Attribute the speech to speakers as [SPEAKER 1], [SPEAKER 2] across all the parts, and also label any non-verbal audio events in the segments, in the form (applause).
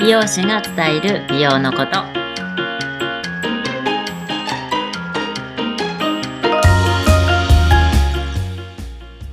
[SPEAKER 1] 美容師が伝える美容のこと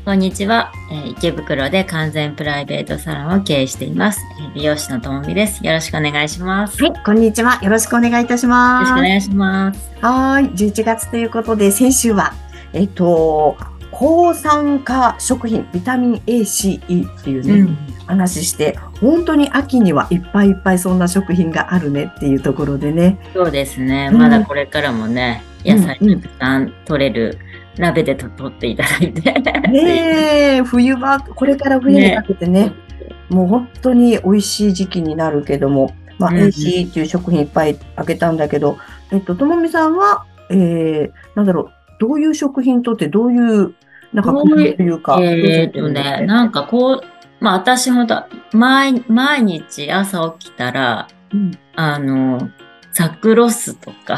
[SPEAKER 1] こんにちは、えー池袋で完全プライベートサロンを経営しています、えー美容師のともみですよろしくお願いします、
[SPEAKER 2] はい、こんにちは。よろしくお願いいたし
[SPEAKER 1] よ
[SPEAKER 2] ま
[SPEAKER 1] ろし
[SPEAKER 2] す。
[SPEAKER 1] くお願いします
[SPEAKER 2] はーい、11月ということで、先週は、えっと、抗酸化食品、ビタミン A、C、E っていうね、話して、本当に秋にはいっぱいいっぱいそんな食品があるねっていうところでね。
[SPEAKER 1] そうですね、
[SPEAKER 2] うん
[SPEAKER 1] まだこれからもね
[SPEAKER 2] う
[SPEAKER 1] 野
[SPEAKER 2] ん
[SPEAKER 1] 菜たくさん取れる鍋でと取っていただい (laughs) て
[SPEAKER 2] ねえ、冬場、これから冬にかけてね、もう本当に美味しい時期になるけども、まあ、
[SPEAKER 1] うんうん
[SPEAKER 2] AC っていう食品いっぱいあげたんだけど、えっと、ともみさんは、えー、なんだろう、どういう食品とってどういう、なんか、
[SPEAKER 1] ど
[SPEAKER 2] 工
[SPEAKER 1] う
[SPEAKER 2] 夫と
[SPEAKER 1] いう
[SPEAKER 2] いうか、
[SPEAKER 1] えーっとね、なんかこう、まあ私もだ毎毎日朝起きたら、
[SPEAKER 2] うん
[SPEAKER 1] あの、ザクロスとか、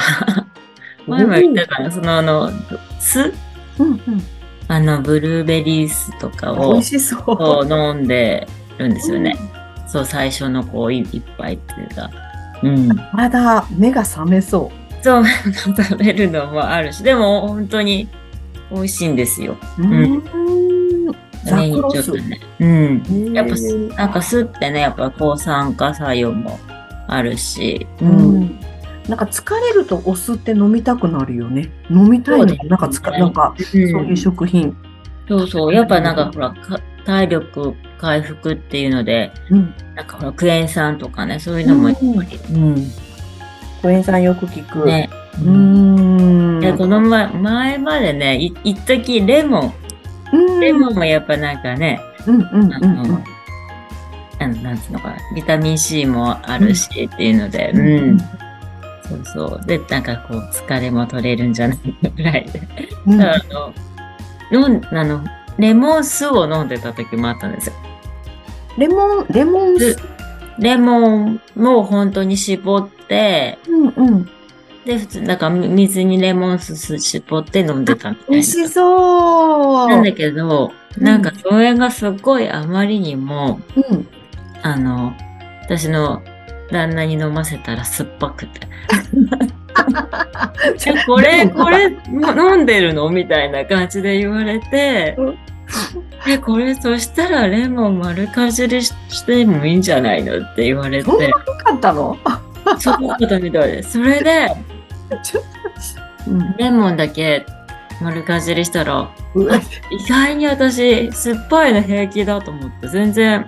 [SPEAKER 1] 前も言ったかな、そのあの、酢
[SPEAKER 2] うんうん、
[SPEAKER 1] あの、ブルーベリー酢とか
[SPEAKER 2] 美
[SPEAKER 1] を
[SPEAKER 2] 味しそう。
[SPEAKER 1] こ
[SPEAKER 2] う
[SPEAKER 1] う飲んでるんですよね。そう、最初のこう、い一杯っていうか。うん。
[SPEAKER 2] んまだ目が覚めそ
[SPEAKER 1] そう、食べるのもあるし、でも本当に美味しいんですよ。
[SPEAKER 2] う。うーん。ザクロス
[SPEAKER 1] ねちょっと。ね。うん。
[SPEAKER 2] ね
[SPEAKER 1] やっぱすなんか酢ってね、やっぱ抗酸化作用もあるし、う
[SPEAKER 2] うんん。なんか疲れるとお酢って飲みたくなるよね。飲みたいの
[SPEAKER 1] そうだよ
[SPEAKER 2] に
[SPEAKER 1] ね
[SPEAKER 2] なんかつか、なんか
[SPEAKER 1] そう
[SPEAKER 2] そういう食品。
[SPEAKER 1] そうそう、やっぱなんかほら、か体力回復っていうので、
[SPEAKER 2] うん。
[SPEAKER 1] なんかほら、クエン酸とかね、そういうのも、うん、
[SPEAKER 2] コエン酸よく聞く。
[SPEAKER 1] ね。
[SPEAKER 2] うーん。
[SPEAKER 1] でこの前、前までね、い一時レモン、
[SPEAKER 2] うん
[SPEAKER 1] レモンもやっぱなんかね、
[SPEAKER 2] うんうん
[SPEAKER 1] あ
[SPEAKER 2] う
[SPEAKER 1] の、
[SPEAKER 2] んうん。
[SPEAKER 1] あのなんつうのかな、ビタミン C もあるしっていうので、
[SPEAKER 2] う
[SPEAKER 1] うん
[SPEAKER 2] ん、
[SPEAKER 1] そうそう。で、なんかこう、疲れも取れるんじゃないかぐらいで。
[SPEAKER 2] うん
[SPEAKER 1] あの、飲んあの、レモン酢を飲んでた時もあったんですよ。
[SPEAKER 2] レモン、レモン
[SPEAKER 1] ず
[SPEAKER 2] 酢。
[SPEAKER 1] レモンも本当に絞って、
[SPEAKER 2] うんうん。
[SPEAKER 1] で、普通、なんか水にレモン酢絞って飲んでたみた
[SPEAKER 2] 美
[SPEAKER 1] い
[SPEAKER 2] 味しそう。
[SPEAKER 1] な。なんだけど、
[SPEAKER 2] うん
[SPEAKER 1] なんかそれがすごいあまりにも、
[SPEAKER 2] うん。
[SPEAKER 1] あの、私の旦那に飲ませたら酸っぱ
[SPEAKER 2] (laughs)
[SPEAKER 1] くて。え、これ、これ、飲んでるのみたいな感じで言われて
[SPEAKER 2] うん、
[SPEAKER 1] え、これ、そしたらレモン丸かじりししてもいいんじゃないのって言わ
[SPEAKER 2] (laughs)
[SPEAKER 1] れて
[SPEAKER 2] そん、な良かったの
[SPEAKER 1] そうだったみたいです。それで、
[SPEAKER 2] ちょっと。うん
[SPEAKER 1] レモンだけ丸かじりしたら、
[SPEAKER 2] うわ。
[SPEAKER 1] 意外に私、酸っぱいの平気だと思って、全然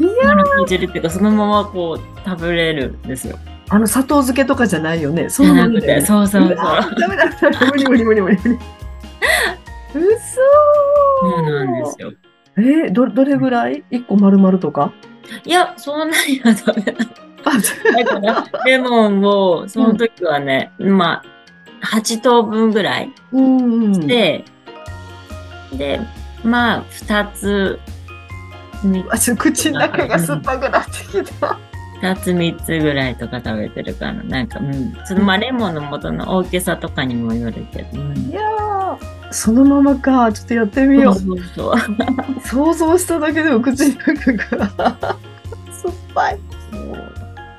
[SPEAKER 2] いや
[SPEAKER 1] 丸かじりっていうか、そのままこう、食べれるんですよ。
[SPEAKER 2] あの砂糖漬けとかじゃないよね。そ
[SPEAKER 1] じゃ
[SPEAKER 2] う
[SPEAKER 1] な
[SPEAKER 2] なん
[SPEAKER 1] く
[SPEAKER 2] だよ
[SPEAKER 1] て、
[SPEAKER 2] ね。
[SPEAKER 1] そうそうそう。
[SPEAKER 2] わダメだダメだ無理無理無理無理無理。うそ
[SPEAKER 1] そうなんですよ。
[SPEAKER 2] えー、どどれぐらい一個丸々とか
[SPEAKER 1] いや、そんなには食べない。
[SPEAKER 2] あ
[SPEAKER 1] だ (laughs) から、レモンを、その時はね、まあ、8等分ぐらい
[SPEAKER 2] うんうん
[SPEAKER 1] で、で、まあ、2つ、み
[SPEAKER 2] あちょ口の中が酸っぱくなってき
[SPEAKER 1] (laughs)
[SPEAKER 2] た。
[SPEAKER 1] 二つ3つぐらいとか食べてるかな。なんか、うん。その、まあ、レモンの元の大きさとかにもよるけど。うん
[SPEAKER 2] いやーそのままかちょっとやってみ
[SPEAKER 1] そ
[SPEAKER 2] よ
[SPEAKER 1] う
[SPEAKER 2] う。
[SPEAKER 1] そうそう。
[SPEAKER 2] 想像しただけでも口の中が酸っぱい。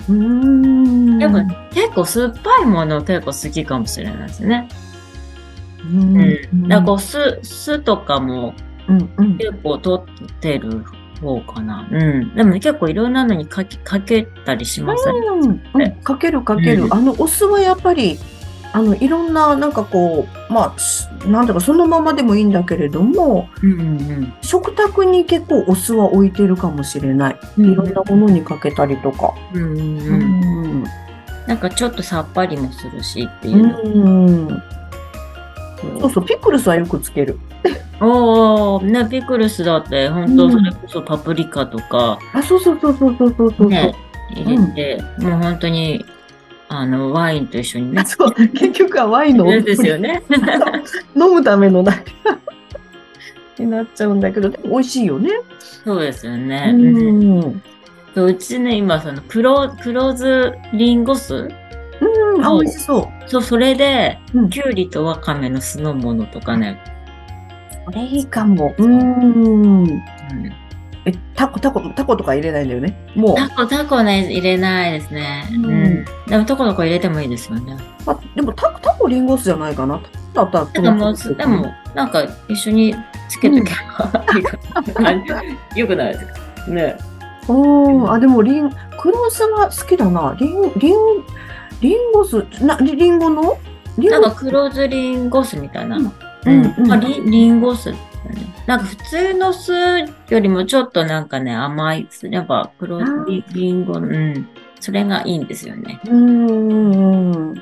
[SPEAKER 2] うーん。
[SPEAKER 1] でも、結構酸っぱいもの結構好きかもしれないですね。
[SPEAKER 2] うん
[SPEAKER 1] うん。だからこう、酢、酢とかも
[SPEAKER 2] うんうん。
[SPEAKER 1] 結構取ってる方かな。うん。でも結構いろんなのにかけかけたりしますね。
[SPEAKER 2] うんうん、かけるかける、
[SPEAKER 1] うん
[SPEAKER 2] あのお酢はやっぱりあのいろんななんかこうまあしなんだかそのままでもいいんだけれども
[SPEAKER 1] うんうん
[SPEAKER 2] 食卓に結構お酢は置いてるかもしれない、
[SPEAKER 1] うん。
[SPEAKER 2] いろんなものにかけたりとか、
[SPEAKER 1] うんうん
[SPEAKER 2] う
[SPEAKER 1] うん。
[SPEAKER 2] ん
[SPEAKER 1] なんかちょっとさっぱりもするしっていううんの。
[SPEAKER 2] そうそうピクルスはよくつける
[SPEAKER 1] おー、ね、ピクルスだって、本当
[SPEAKER 2] うん
[SPEAKER 1] それこそパプリカとか、
[SPEAKER 2] あそうそうそうそうそうそうそう、
[SPEAKER 1] ね、入れて、もう本当に、あの、ワインと一緒にね
[SPEAKER 2] あ。 (laughs) そう結局はワインのお
[SPEAKER 1] ね
[SPEAKER 2] 供
[SPEAKER 1] ですよね。
[SPEAKER 2] (laughs) 飲むためのなんか (laughs) になっちゃうんだけどでも美味しいよね。
[SPEAKER 1] そうですよね。うん
[SPEAKER 2] うん
[SPEAKER 1] そううちね、今、その、黒、黒酢リンゴ酢
[SPEAKER 2] うん、あ、
[SPEAKER 1] そう
[SPEAKER 2] 美味しそ
[SPEAKER 1] そう、それで
[SPEAKER 2] う。うん、
[SPEAKER 1] きゅうりとわかめの酢の物とかね、
[SPEAKER 2] これいいかも。うーん。え、タコ、タコ、タコとか入れないんだよね。もう。
[SPEAKER 1] タコ、タコね、入れないですね。
[SPEAKER 2] うん
[SPEAKER 1] うん。でも、トコトコ入れてもいいですよね。
[SPEAKER 2] あでもタコ、タコリンゴ酢じゃないかな。だったら
[SPEAKER 1] で
[SPEAKER 2] ト
[SPEAKER 1] も、
[SPEAKER 2] マトソース
[SPEAKER 1] でも、なんか、一緒につけとけばいいかな。 (laughs) よくないですかね。
[SPEAKER 2] うん、あ、でもリン、黒酢が好きだな。リン、リン、リンゴ酢、な、リリンゴのリン
[SPEAKER 1] なん
[SPEAKER 2] ゴ
[SPEAKER 1] か、黒酢リンゴ酢みたいな。
[SPEAKER 2] うん
[SPEAKER 1] うん。まあ、
[SPEAKER 2] うん
[SPEAKER 1] リリンゴ酢だよね。なんか、普通の酢よりもちょっとなんかね、甘い酢。やっぱ、黒
[SPEAKER 2] あー
[SPEAKER 1] リリンゴの、うん。それがいいんですよね。
[SPEAKER 2] うーん。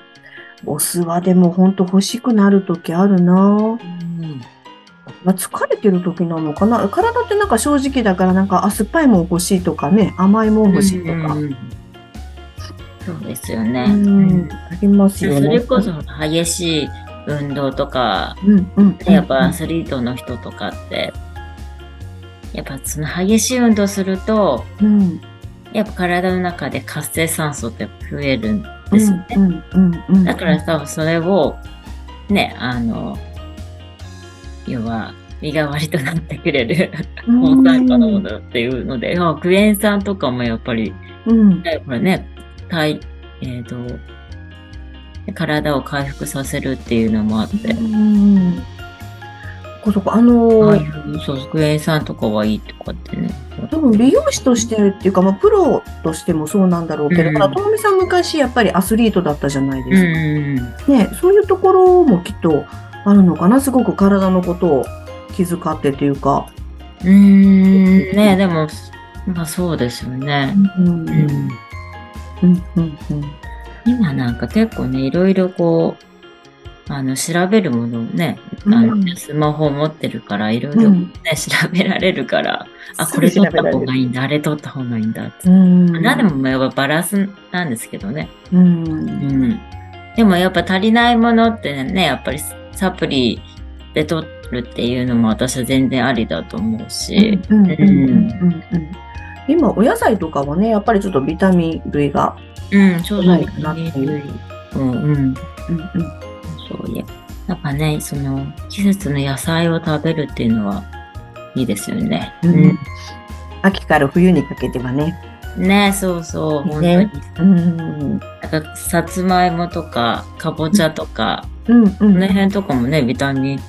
[SPEAKER 2] お酢はでもほんと欲しくなる時あるな。
[SPEAKER 1] うん。
[SPEAKER 2] まあ、疲れてる時なのかな。体ってなんか正直だからなんか、あ、酸っぱいもん欲しいとかね、甘いもん欲しいとか。
[SPEAKER 1] うんそうですよね。
[SPEAKER 2] うん、あります
[SPEAKER 1] そ
[SPEAKER 2] よね。
[SPEAKER 1] れこそ激しい運動とか、
[SPEAKER 2] うん、うん、
[SPEAKER 1] やっぱアスリートの人とかって、やっぱその激しい運動すると、
[SPEAKER 2] うん、
[SPEAKER 1] やっぱ体の中で活性酸素って増えるんですよね。
[SPEAKER 2] うん、うん、うん。
[SPEAKER 1] だから多分それを、ね、あの、要は、身代わりとなってくれる
[SPEAKER 2] うん、
[SPEAKER 1] 抗酸化のものっていうので、まあクエン酸とかもやっぱり
[SPEAKER 2] うん、
[SPEAKER 1] でこれね、体、えっ、と、体を回復させるっていうのもあって、
[SPEAKER 2] うん。こそこ、あのー
[SPEAKER 1] ああいう、そう、クエン酸とかはいいとかってね。
[SPEAKER 2] 多分美容師としてっていうか、まあ、プロとしてもそうなんだろうけど、
[SPEAKER 1] うん
[SPEAKER 2] ほら、ともみさん昔やっぱりアスリートだったじゃないで
[SPEAKER 1] う
[SPEAKER 2] すか。
[SPEAKER 1] ん。
[SPEAKER 2] ね、そういうところもきっとあるのかなすごく体のことを気遣ってというか、
[SPEAKER 1] うーん、ねでも、まあそうですよね。
[SPEAKER 2] う
[SPEAKER 1] う
[SPEAKER 2] んうん
[SPEAKER 1] ん。
[SPEAKER 2] うんうん
[SPEAKER 1] 今なんか結構ね、いろいろこう、あの、調べるものをね、あの
[SPEAKER 2] うん
[SPEAKER 1] スマホ持ってるから、いろいろね、
[SPEAKER 2] うん
[SPEAKER 1] 調べられるから、あ、
[SPEAKER 2] す
[SPEAKER 1] こ
[SPEAKER 2] ぐ
[SPEAKER 1] れ
[SPEAKER 2] 調
[SPEAKER 1] 取
[SPEAKER 2] べ
[SPEAKER 1] っ
[SPEAKER 2] ら
[SPEAKER 1] た
[SPEAKER 2] れる
[SPEAKER 1] 方がいいんだ、あれ取った方がいいんだって。
[SPEAKER 2] うん
[SPEAKER 1] 何でもまあやっぱバランスなんですけどね。
[SPEAKER 2] うん
[SPEAKER 1] うん、でもやっぱ足りないものってねやっぱりサプリで取るっていうのも私は全然ありだと思うし、
[SPEAKER 2] うんうんうんうんうん今お野菜とかはねやっぱりちょっとビタミン類が、
[SPEAKER 1] うんちょうど
[SPEAKER 2] ないかなっていう
[SPEAKER 1] うんうん
[SPEAKER 2] うんうん
[SPEAKER 1] そういややっぱねその季節の野菜を食べるっていうのはいいですよね。
[SPEAKER 2] うん秋から冬にかけてはね、
[SPEAKER 1] うんねそうそう本当に、
[SPEAKER 2] ねうん
[SPEAKER 1] なんかさつまいもとかかぼちゃとか、
[SPEAKER 2] うんうん
[SPEAKER 1] この辺とかもねビタミン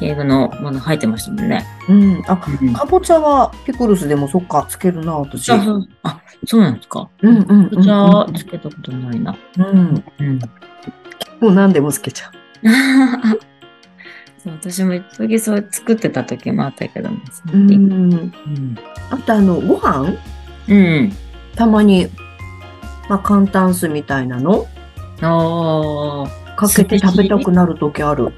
[SPEAKER 1] 系のもの入ってましたもんね。
[SPEAKER 2] うん、あ
[SPEAKER 1] うん
[SPEAKER 2] かぼちゃはピクルスでもそっかつけるな私
[SPEAKER 1] あ、そう、あ、そうなんですか。
[SPEAKER 2] うんうんうん
[SPEAKER 1] かぼちゃはつけたことないな。
[SPEAKER 2] うん、
[SPEAKER 1] うん。 (laughs)
[SPEAKER 2] もう何でもつけちゃう
[SPEAKER 1] そう、私も一時そう作ってた時もあったけども。
[SPEAKER 2] う
[SPEAKER 1] うん。
[SPEAKER 2] んあとあのご飯
[SPEAKER 1] うん。
[SPEAKER 2] たまに、まあ、簡単酢みたいなの
[SPEAKER 1] ああ、
[SPEAKER 2] かけて食べたくなる時ある。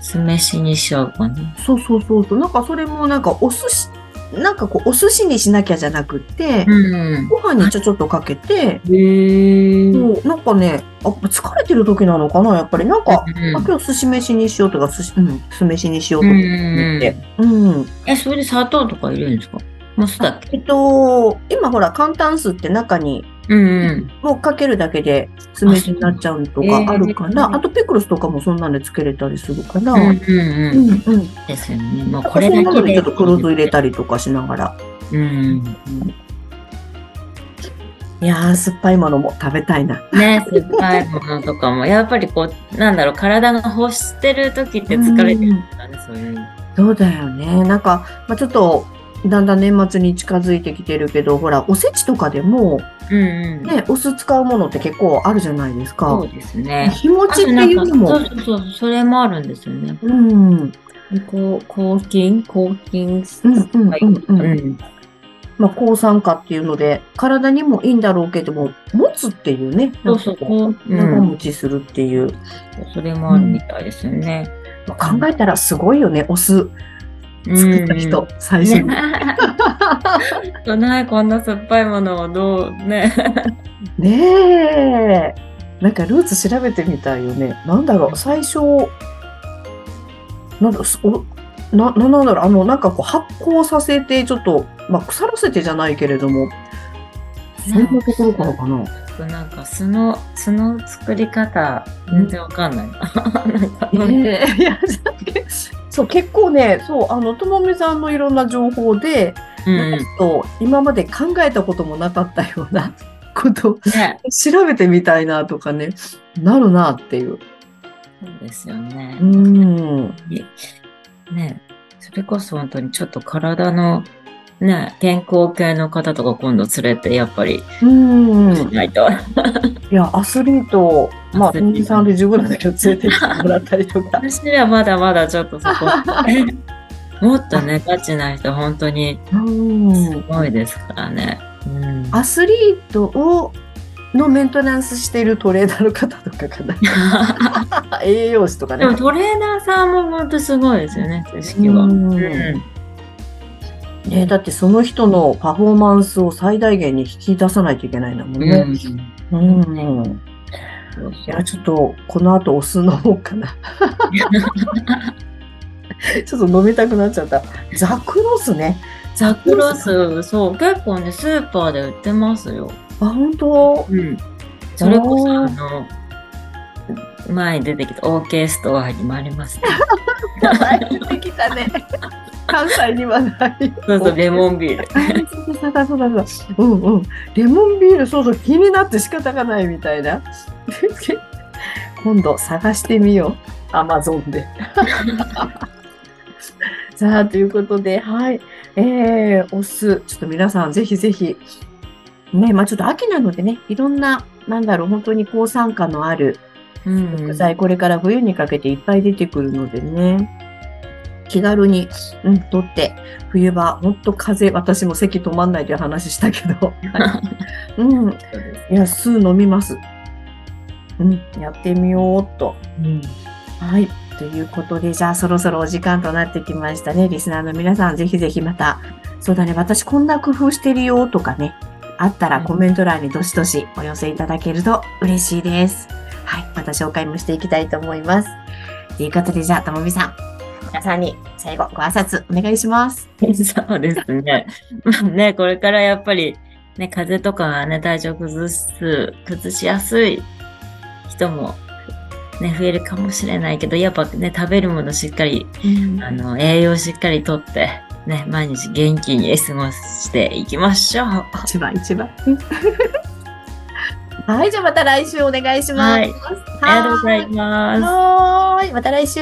[SPEAKER 1] 酢飯にしようかな。
[SPEAKER 2] そうそうそうそう。なんかそれもなんかお寿司、なんかこうお寿司にしなきゃじゃなくって、
[SPEAKER 1] うん。
[SPEAKER 2] ご飯にちょちょっとかけ
[SPEAKER 1] へ
[SPEAKER 2] て、
[SPEAKER 1] え。うん。
[SPEAKER 2] もうなんかね、あ疲れてる時なのかなやっぱりなんか、あ今日寿司飯にしようとか、寿司、うん、酢飯にしよ
[SPEAKER 1] う
[SPEAKER 2] うとか
[SPEAKER 1] ん
[SPEAKER 2] 言って。うん。
[SPEAKER 1] え、それで砂糖とか入れるんですか。もう酢だっ
[SPEAKER 2] え
[SPEAKER 1] け。
[SPEAKER 2] っと、今ほら、簡単酢って中に
[SPEAKER 1] うんうん。
[SPEAKER 2] もうかけるだけで酢飯になっちゃうとかあるから、
[SPEAKER 1] あそうなんだ
[SPEAKER 2] あとピクルスとかもそんなんでつけれたりするから、
[SPEAKER 1] う
[SPEAKER 2] う
[SPEAKER 1] うん
[SPEAKER 2] んんう
[SPEAKER 1] うん。
[SPEAKER 2] んうん、
[SPEAKER 1] ですよね。もう
[SPEAKER 2] こ
[SPEAKER 1] こ
[SPEAKER 2] れ
[SPEAKER 1] れ
[SPEAKER 2] そん
[SPEAKER 1] だ
[SPEAKER 2] な
[SPEAKER 1] け
[SPEAKER 2] の
[SPEAKER 1] で。
[SPEAKER 2] にちょっと黒酢入れたりとかしながら。
[SPEAKER 1] うん。
[SPEAKER 2] いやー、酸っぱいものも食べたいな。
[SPEAKER 1] ね、酸っぱいものとかも、やっぱりこう、なんだろう、体が欲してる時って疲れてるんだね、そういう。
[SPEAKER 2] そうだよね。なんか、まあ、ちょっと、だんだん年末に近づいてきてるけど、ほら、おせちとかでも、
[SPEAKER 1] うんうん。
[SPEAKER 2] ね、お酢使うものって結構あるじゃないです
[SPEAKER 1] そ
[SPEAKER 2] か
[SPEAKER 1] う。ですね。
[SPEAKER 2] 日持ちって
[SPEAKER 1] ないん
[SPEAKER 2] う
[SPEAKER 1] か
[SPEAKER 2] のも、
[SPEAKER 1] そうそうそう、それもあるんですよね。
[SPEAKER 2] うん、うん、
[SPEAKER 1] こう抗菌、抗菌、
[SPEAKER 2] うん、うん、う。
[SPEAKER 1] うんん。
[SPEAKER 2] まあ、抗酸化っていうので、体にもいいんだろうけども、持つっていうね、
[SPEAKER 1] そうそう、こう、う
[SPEAKER 2] 長
[SPEAKER 1] ん。
[SPEAKER 2] 持ちするっていう。
[SPEAKER 1] それもあるみたいですよね。
[SPEAKER 2] まあ考えたらすごいよね、お酢
[SPEAKER 1] うん
[SPEAKER 2] 作った人、最初に。
[SPEAKER 1] ねちょっとね、こんな酸っぱいものをどうね。
[SPEAKER 2] ねえ。なんかルーツ調べてみたいよね。なんだろう、最初、なんだすおな、ななんだろう、あの、なんかこう発酵させて、ちょっと、まあ、腐らせてじゃないけれども、そんなところからかな。
[SPEAKER 1] なんか酢の酢の (laughs) 作り方全然わかんないな。なんか
[SPEAKER 2] ええいや、そう、結構ね、そう、あの、ともみさんのいろんな情報で、
[SPEAKER 1] うん
[SPEAKER 2] なんかちょっと今まで考えたこともなかったようなこと、
[SPEAKER 1] ね、
[SPEAKER 2] 調べてみたいなとかね、なるなっていう。
[SPEAKER 1] そうですよね
[SPEAKER 2] う。ん。
[SPEAKER 1] ね、それこそ本当にちょっと体の、ね、健康系の方とか今度連れてやっぱり
[SPEAKER 2] うん。
[SPEAKER 1] しないと。
[SPEAKER 2] いや、アスリート、まあ、
[SPEAKER 1] アス
[SPEAKER 2] と
[SPEAKER 1] リート
[SPEAKER 2] もみさんで十分だけど、連れてきてもらったりとか。
[SPEAKER 1] 私にはまだまだちょっとそこ。 (laughs) もっとね、ガチな人本当に
[SPEAKER 2] うん
[SPEAKER 1] す。ごいですからね。うん、
[SPEAKER 2] アスリートをのメンテナンスしているトレーナーの方とかかな栄養士とかね
[SPEAKER 1] でもトレーナーさんも本当すごいですよね、知識は。
[SPEAKER 2] うん
[SPEAKER 1] うん
[SPEAKER 2] ねだってその人のパフォーマンスを最大限に引き出さないといけないんだもん
[SPEAKER 1] う
[SPEAKER 2] ね
[SPEAKER 1] ん。
[SPEAKER 2] うん、い
[SPEAKER 1] そうそう
[SPEAKER 2] やちょっとこの後お酢飲もう
[SPEAKER 1] (laughs)
[SPEAKER 2] かなちょっと飲みたくなっちゃったザクロスね
[SPEAKER 1] ザクロス、そう、結構ね、スーパーで売ってますよ。
[SPEAKER 2] あ本当
[SPEAKER 1] うん、それこそ
[SPEAKER 2] おー
[SPEAKER 1] あの前に出てきた OK ストアにもあり (laughs) ますね。
[SPEAKER 2] 出てきたね関西にはない
[SPEAKER 1] そうそうレモンビール。
[SPEAKER 2] そうだそうだそうだそうだ。うんうん。レモンビール、そうそう、気になって仕方がないみたいな。今度探してみよう。アマゾン (laughs) で。さあ、ということで、はい。えー、お酢、ちょっと皆さん、ぜひぜひ。ね、まあちょっと秋なのでね、いろんな、なんだろう、本当に抗酸化のある
[SPEAKER 1] うん
[SPEAKER 2] 食材、これから冬にかけていっぱい出てくるのでね。気軽に、うん、取って、冬場、ほんと風邪、私も咳止まんないという話したけど、
[SPEAKER 1] (laughs)
[SPEAKER 2] はいうん、
[SPEAKER 1] そう
[SPEAKER 2] い
[SPEAKER 1] です
[SPEAKER 2] や、酢飲みます。うん、やってみようっと。
[SPEAKER 1] うん
[SPEAKER 2] はい。ということで、じゃあそろそろお時間となってきましたね。リスナーの皆さん、ぜひぜひまた、そうだね、私こんな工夫してるよとかね、あったら
[SPEAKER 1] うん
[SPEAKER 2] コメント欄にどしどしお寄せいただけると嬉しいです。はい。また紹介もしていきたいと思います。ということで、じゃあ、ともみさん、皆さんに最後ご挨拶お願いします。
[SPEAKER 1] そうですね。 (laughs) まあね、これからやっぱり、ね、風邪とかはね、体調崩す、崩しやすい人も、ね、増えるかもしれないけど、やっぱね、食べるものしっかり、あの、栄養しっかりとって、ね、毎日元気に過ごしていきましょう。
[SPEAKER 2] 一番一番。 (laughs) はい。じゃあまた来週お願いしま
[SPEAKER 1] は
[SPEAKER 2] す。
[SPEAKER 1] いありがとうございます。
[SPEAKER 2] はーい。また来週。